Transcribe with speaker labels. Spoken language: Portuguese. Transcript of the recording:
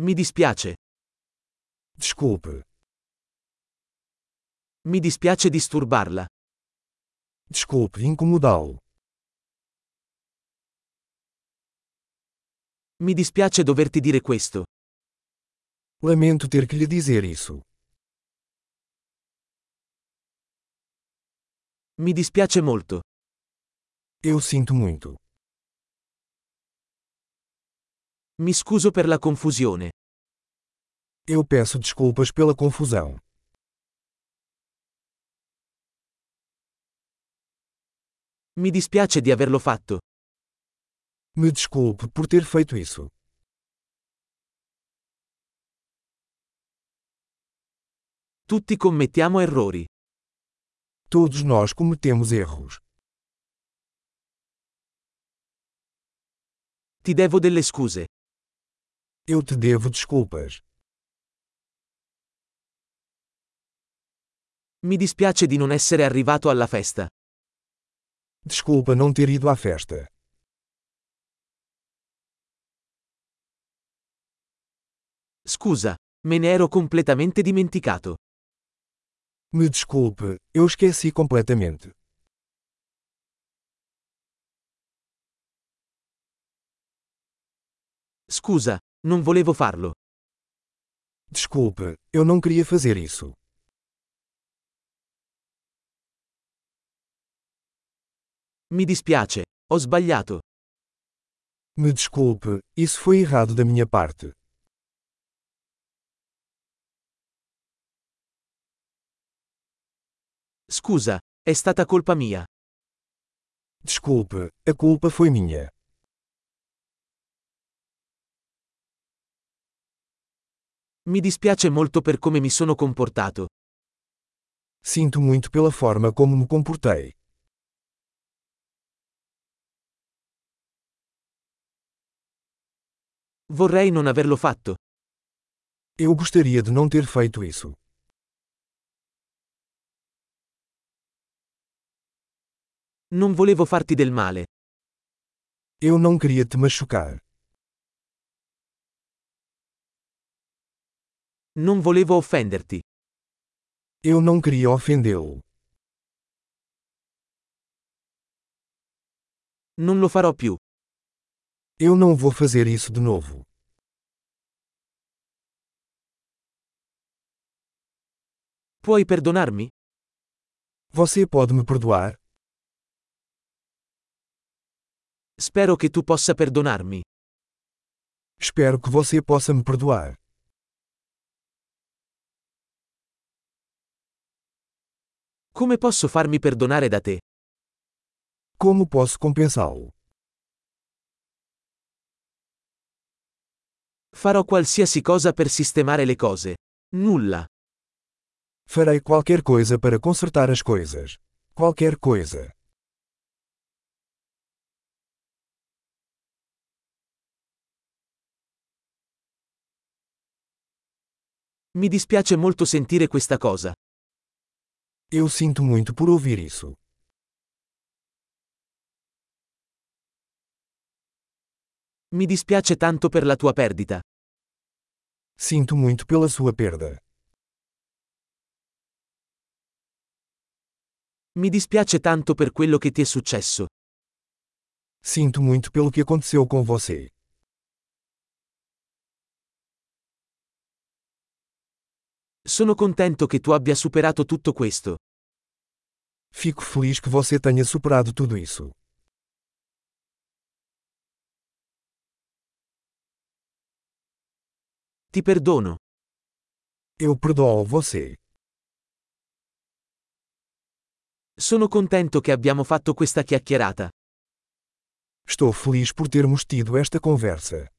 Speaker 1: Mi dispiace.
Speaker 2: Desculpe.
Speaker 1: Mi dispiace disturbarla.
Speaker 2: Desculpe incomodá-lo.
Speaker 1: Mi dispiace doverti dire questo.
Speaker 2: Lamento ter que lhe dizer isso.
Speaker 1: Mi dispiace molto.
Speaker 2: Eu sinto muito.
Speaker 1: Mi scuso per la confusione.
Speaker 2: Eu peço desculpas pela confusão.
Speaker 1: Mi dispiace di averlo fatto.
Speaker 2: Me desculpe por ter feito isso.
Speaker 1: Tutti commettiamo errori.
Speaker 2: Todos nós cometemos erros.
Speaker 1: Ti devo delle scuse.
Speaker 2: Eu te devo desculpas.
Speaker 1: Mi dispiace di non essere arrivato alla festa.
Speaker 2: Desculpa não ter ido à festa.
Speaker 1: Scusa, me ne ero completamente dimenticato.
Speaker 2: Me desculpe, eu esqueci completamente.
Speaker 1: Scusa, non volevo farlo.
Speaker 2: Desculpe, eu não queria fazer isso.
Speaker 1: Mi dispiace, ho sbagliato.
Speaker 2: Me desculpe, isso foi errado da minha parte.
Speaker 1: Scusa, è stata colpa mia.
Speaker 2: Desculpe, a culpa foi minha.
Speaker 1: Mi dispiace molto per come mi sono comportato.
Speaker 2: Sinto muito pela forma como me comportei.
Speaker 1: Vorrei non averlo fatto.
Speaker 2: Eu gostaria de não ter feito isso.
Speaker 1: Non volevo farti del male.
Speaker 2: Eu não queria te machucar.
Speaker 1: Non volevo offenderti.
Speaker 2: Eu não queria ofendê-lo.
Speaker 1: Non lo farò più.
Speaker 2: Eu não vou fazer isso de novo.
Speaker 1: Puoi perdonarmi?
Speaker 2: Você pode me perdoar?
Speaker 1: Spero che tu possa perdonarmi.
Speaker 2: Espero que você possa me perdoar.
Speaker 1: Come posso farmi perdonare da te?
Speaker 2: Como posso compensá-lo?
Speaker 1: Farò qualsiasi cosa per sistemare le cose. Nulla.
Speaker 2: Farei qualquer coisa para consertar as coisas. Qualquer coisa.
Speaker 1: Mi dispiace molto sentire questa cosa.
Speaker 2: Eu sinto muito por ouvir isso.
Speaker 1: Mi dispiace tanto per la tua perdita.
Speaker 2: Sinto muito pela sua perda.
Speaker 1: Mi dispiace tanto per quello che ti è successo.
Speaker 2: Sinto muito pelo que aconteceu com você.
Speaker 1: Sono contento che tu abbia superato tutto questo.
Speaker 2: Fico feliz que você tenha superado tudo isso.
Speaker 1: Ti perdono.
Speaker 2: Eu perdoo você.
Speaker 1: Sono contento che abbiamo fatto questa chiacchierata.
Speaker 2: Estou feliz por termos tido esta conversa.